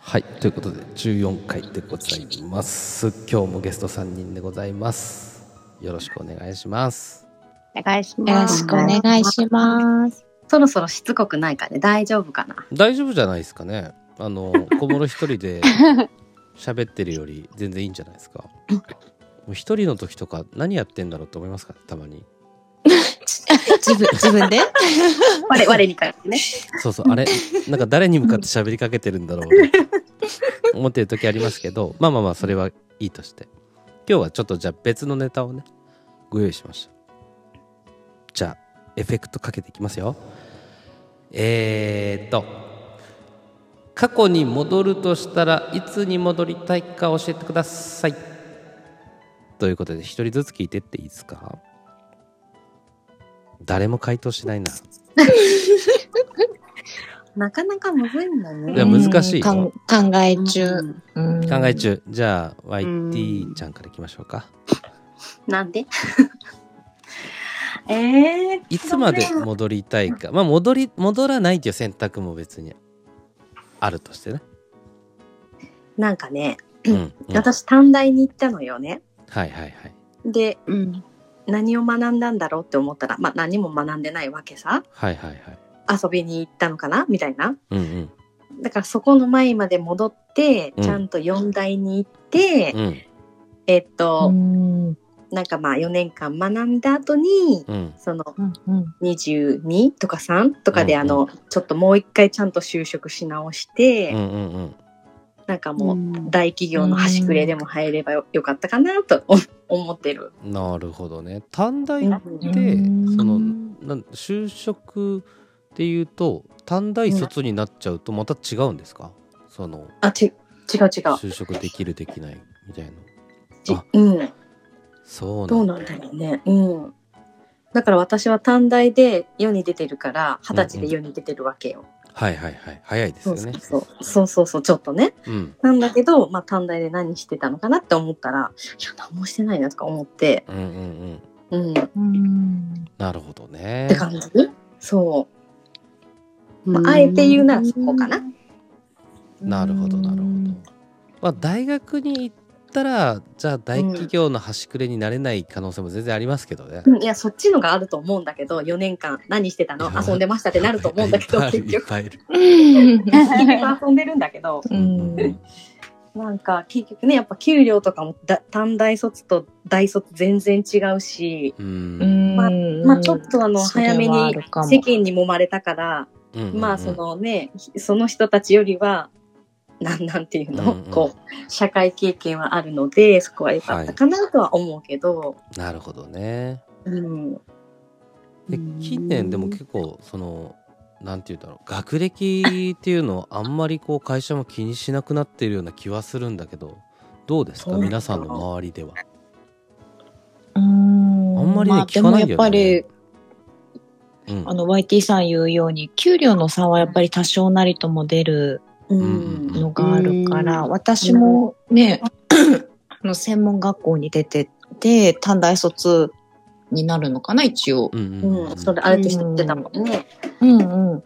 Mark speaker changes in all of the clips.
Speaker 1: はいということで14回でございます今日もゲスト3人でございますよろしくお願いします
Speaker 2: お願いし
Speaker 3: よ
Speaker 2: ま
Speaker 3: ろ
Speaker 2: す。
Speaker 3: しくお願いします。
Speaker 2: そろそろしつこくないかね。大丈夫かな。
Speaker 1: 大丈夫じゃないですかねあの小室一人で喋ってるより全然いいんじゃないですかもう一人の時とか何やってんだろうと思いますかねたまに
Speaker 3: 自分、自分で
Speaker 2: 我我に返ってね。
Speaker 1: そうそうあれなんか誰に向かって喋りかけてるんだろうな思ってる時ありますけどまあまあまあそれはいいとして今日はちょっとじゃあ別のネタをねご用意しましたじゃあエフェクトかけていきますよえー、っと過去に戻るとしたらいつに戻りたいか教えてくださいということで一人ずつ聞いてっていいですか誰も回答しないな
Speaker 2: なかなかむずいんだね。
Speaker 1: いや難しいよ
Speaker 3: うんかん考え中。
Speaker 2: うん
Speaker 3: 考
Speaker 1: 考え。中じゃあ
Speaker 2: う
Speaker 1: YT
Speaker 2: ん
Speaker 1: ちゃんからいきましょうか
Speaker 2: なんで？ ええー。
Speaker 1: いつまで戻りたいかまあ戻り戻らないっていう選択も別にあるとしてね、
Speaker 2: なんかね、
Speaker 1: うんうんはい
Speaker 2: 私短大に行ったのよね。
Speaker 1: はいはい
Speaker 2: で、
Speaker 3: うん。
Speaker 2: 何を学んだんだろうって思ったら、まあ何も学んでないわけさ。
Speaker 1: はいはいはい
Speaker 2: 遊びに行ったのかなみたいな。
Speaker 1: うんうん
Speaker 2: だからそこの前まで戻って、
Speaker 1: うん
Speaker 2: ちゃんと四大に行って、
Speaker 1: うん
Speaker 2: えっ
Speaker 3: う
Speaker 2: と、
Speaker 3: ん。
Speaker 2: なんかまあ4年間学んだ後に、
Speaker 1: うん
Speaker 2: その
Speaker 3: うん。
Speaker 2: 22とか3とかで、
Speaker 1: うんうん
Speaker 2: あのちょっともう一回ちゃんと就職し直して、
Speaker 1: うんうんうん
Speaker 2: なんかもう
Speaker 3: うん
Speaker 2: 大企業の端くれでも入ればよよかったかなと思思ってる。
Speaker 1: なるほどね短大
Speaker 2: う
Speaker 1: っ
Speaker 2: ん
Speaker 1: て
Speaker 3: うん
Speaker 1: そのなん就職でいうと短大卒になっちゃうとまた違うんですかその
Speaker 2: あち違う違う
Speaker 1: 就職できるできないみたいな
Speaker 2: ち
Speaker 1: あ
Speaker 2: うん、
Speaker 1: そう
Speaker 2: どう
Speaker 1: なんだ
Speaker 2: なんだろうね。うんだから私は短大で世に出てるから二十歳で世に出てるわけよ。
Speaker 1: はいはいはい早いです
Speaker 2: そ
Speaker 1: よ
Speaker 2: うそう
Speaker 1: ね
Speaker 2: そうそうそうそうちょっとね。
Speaker 1: うん
Speaker 2: なんだけど、まあ、短大で何してたのかなって思ったらいや何もしてないなとか思って、
Speaker 1: うんうんうん
Speaker 2: うん、っ
Speaker 3: うん。
Speaker 1: なるほどね
Speaker 2: て感じそう。まああえて言うならそこかな。
Speaker 1: なるほどなるほど
Speaker 3: うん。
Speaker 1: まあ、大学に行ったらじゃあ大企業の端くれになれない可能性も全然ありますけどね。
Speaker 2: うんいや、そっちのがあると思うんだけど、4年間何してたの
Speaker 1: いや
Speaker 2: 遊んでましたってなると思うんだけど、
Speaker 1: いっぱい
Speaker 2: 結
Speaker 1: いるいっ
Speaker 2: 局。
Speaker 1: ぱいいる。
Speaker 2: 結局遊んでるんだけど、
Speaker 3: う。
Speaker 1: うんうんうんん
Speaker 2: なんか結局ね、やっぱ給料とかもだ短大卒と大卒全然違うし、
Speaker 1: うん
Speaker 3: うん
Speaker 2: まあちょっとあの、
Speaker 3: それは
Speaker 2: 早め
Speaker 3: あ
Speaker 2: に
Speaker 3: るかも
Speaker 2: 世間に揉まれたから、
Speaker 1: うんうん
Speaker 2: まあそのね、その人たちよりは、なんなんていうの、
Speaker 1: うんうん
Speaker 2: こう、社会経験はあるので、そこは良かったかなとは思うけど、
Speaker 1: なるほどね。
Speaker 2: うん。
Speaker 1: で
Speaker 3: うん
Speaker 1: 近年でも結構そのなんて言うんだろう学歴っていうのをあんまりこう会社も気にしなくなってるような気はするんだけどどうです
Speaker 2: そう
Speaker 1: か
Speaker 2: なの
Speaker 1: 皆さんの周りでは。
Speaker 3: あん
Speaker 1: あんまりね
Speaker 3: まあ
Speaker 1: 聞
Speaker 3: で
Speaker 1: か
Speaker 3: も
Speaker 1: ないん
Speaker 3: やっ
Speaker 1: だよ
Speaker 3: ぱ
Speaker 1: ね
Speaker 3: り。
Speaker 1: うん
Speaker 3: あの YT さん言うように給料の差はやっぱり多少なりとも出る
Speaker 2: うん
Speaker 1: うん
Speaker 3: のがあるから、
Speaker 2: うん
Speaker 3: 私もね、 あの専門学校に出てて短大卒になるのかな一応。
Speaker 1: うんうん
Speaker 2: うん、それあえて知ってたもんね。
Speaker 3: うんうん。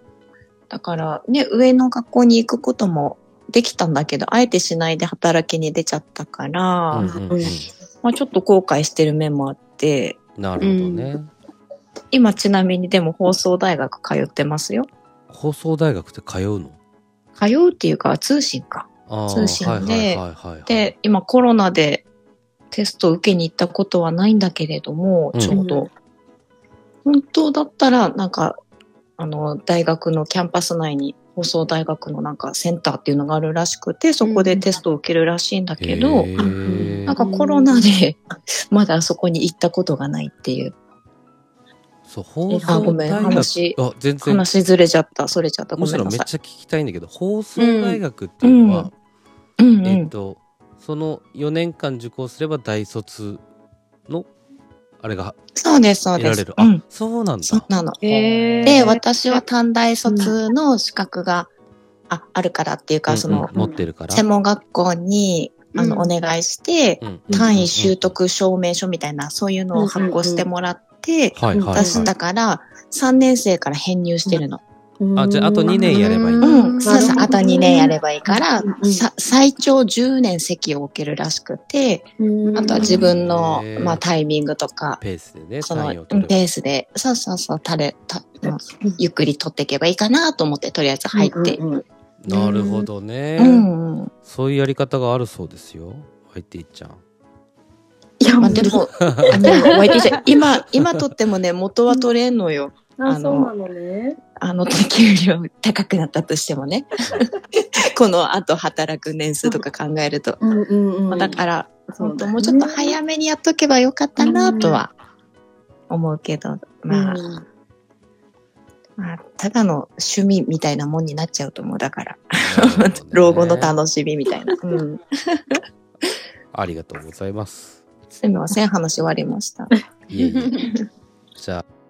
Speaker 3: だからね、上の学校に行くこともできたんだけど、あえてしないで働きに出ちゃったから、
Speaker 1: うん
Speaker 3: ま
Speaker 1: うんうん
Speaker 3: あちょっと後悔してる面もあって、
Speaker 1: なるほどね。
Speaker 3: 今ちなみにでも放送大学通ってますよ。
Speaker 1: 放送大学って通うの
Speaker 3: 通うっていうか通信か。
Speaker 1: あー
Speaker 3: 通信で
Speaker 1: はいはいはいはいはい
Speaker 3: で、今コロナでテストを受けに行ったことはないんだけれども
Speaker 1: うん、
Speaker 3: ちょうど。本当だったら、なんか、あの、大学のキャンパス内に放送大学のなんかセンターっていうのがあるらしくて、そこでテストを受けるらしいんだけど、
Speaker 1: へー
Speaker 3: なんかコロナで まだあそこに行ったことがないっていう。
Speaker 1: そう放
Speaker 3: あ、
Speaker 1: 送
Speaker 3: ごめん、
Speaker 1: 大学
Speaker 3: 話、
Speaker 1: あ全然
Speaker 3: 話ずれちゃった。それちゃった。ご
Speaker 1: むし
Speaker 3: めん
Speaker 1: ろ
Speaker 3: な
Speaker 1: めっ
Speaker 3: さい。
Speaker 1: ちゃ聞きたいんだけど放送大学っていうのは、
Speaker 3: うんう
Speaker 1: えっ
Speaker 3: ん。
Speaker 1: とその4年間受講すれば大卒のあれが
Speaker 3: そうです、そう
Speaker 1: 得ら
Speaker 3: で
Speaker 1: れ
Speaker 3: す
Speaker 1: る。。
Speaker 3: う
Speaker 1: あ
Speaker 3: ん。
Speaker 1: そうなん
Speaker 3: そう
Speaker 1: だ。
Speaker 3: なの。
Speaker 2: へー
Speaker 3: で、私は短大卒の資格が、あ、あるからっていう
Speaker 1: うんう
Speaker 3: か、
Speaker 1: ん
Speaker 3: その、
Speaker 1: 持ってるから。
Speaker 3: 専門学校に、あの、
Speaker 2: う
Speaker 3: お
Speaker 2: ん
Speaker 3: 願いして、
Speaker 1: うん
Speaker 3: 単位習。得証明書みたいな、そういうのを発行してもらって、
Speaker 1: はいはいはい。
Speaker 3: 出したから、3年生から編入してるの。
Speaker 1: あじゃああと二年やればいいんだ
Speaker 3: うん、そうそう、あと2年やれ
Speaker 2: ば。
Speaker 3: ばいいから
Speaker 2: うん、
Speaker 3: さ最長10年席を置けるらしくて、あとは自分の
Speaker 1: へー、
Speaker 3: まあ、タイミングとか、
Speaker 1: ペースでね、
Speaker 3: そ
Speaker 1: 単位を
Speaker 3: の
Speaker 1: 取れば
Speaker 3: ペースで、そうそうそう、たれ、たまあゆっくり取っていけばいいかなと思って、とりあえず入って。
Speaker 2: うんうん
Speaker 1: なるほどね、
Speaker 3: うん。うん
Speaker 1: そういうやり方があるそうですよ。入っていっちゃん。
Speaker 2: いや、
Speaker 3: まあ、
Speaker 2: 待っ
Speaker 3: で
Speaker 2: て
Speaker 3: も、あの、YT じゃ、今、今取ってもね、元は取れんのよ。あ
Speaker 2: あ、
Speaker 3: の
Speaker 2: そうなのね。
Speaker 3: あの、給料高くなったとしてもね。 この後働く年数とか考えると。
Speaker 2: うんうん
Speaker 3: まあだから、本当もうちょっと早
Speaker 2: め
Speaker 3: めにやっとけばよかったなとは思うけど、まあ、まあ、ただの趣味みたいなもんになっちゃうと思う。だから、
Speaker 1: なるほどね
Speaker 3: 老後の楽しみみたい な。うん。
Speaker 1: ありがとうございます。
Speaker 3: すみません、話終わりました。
Speaker 1: いえいえ。じゃあ、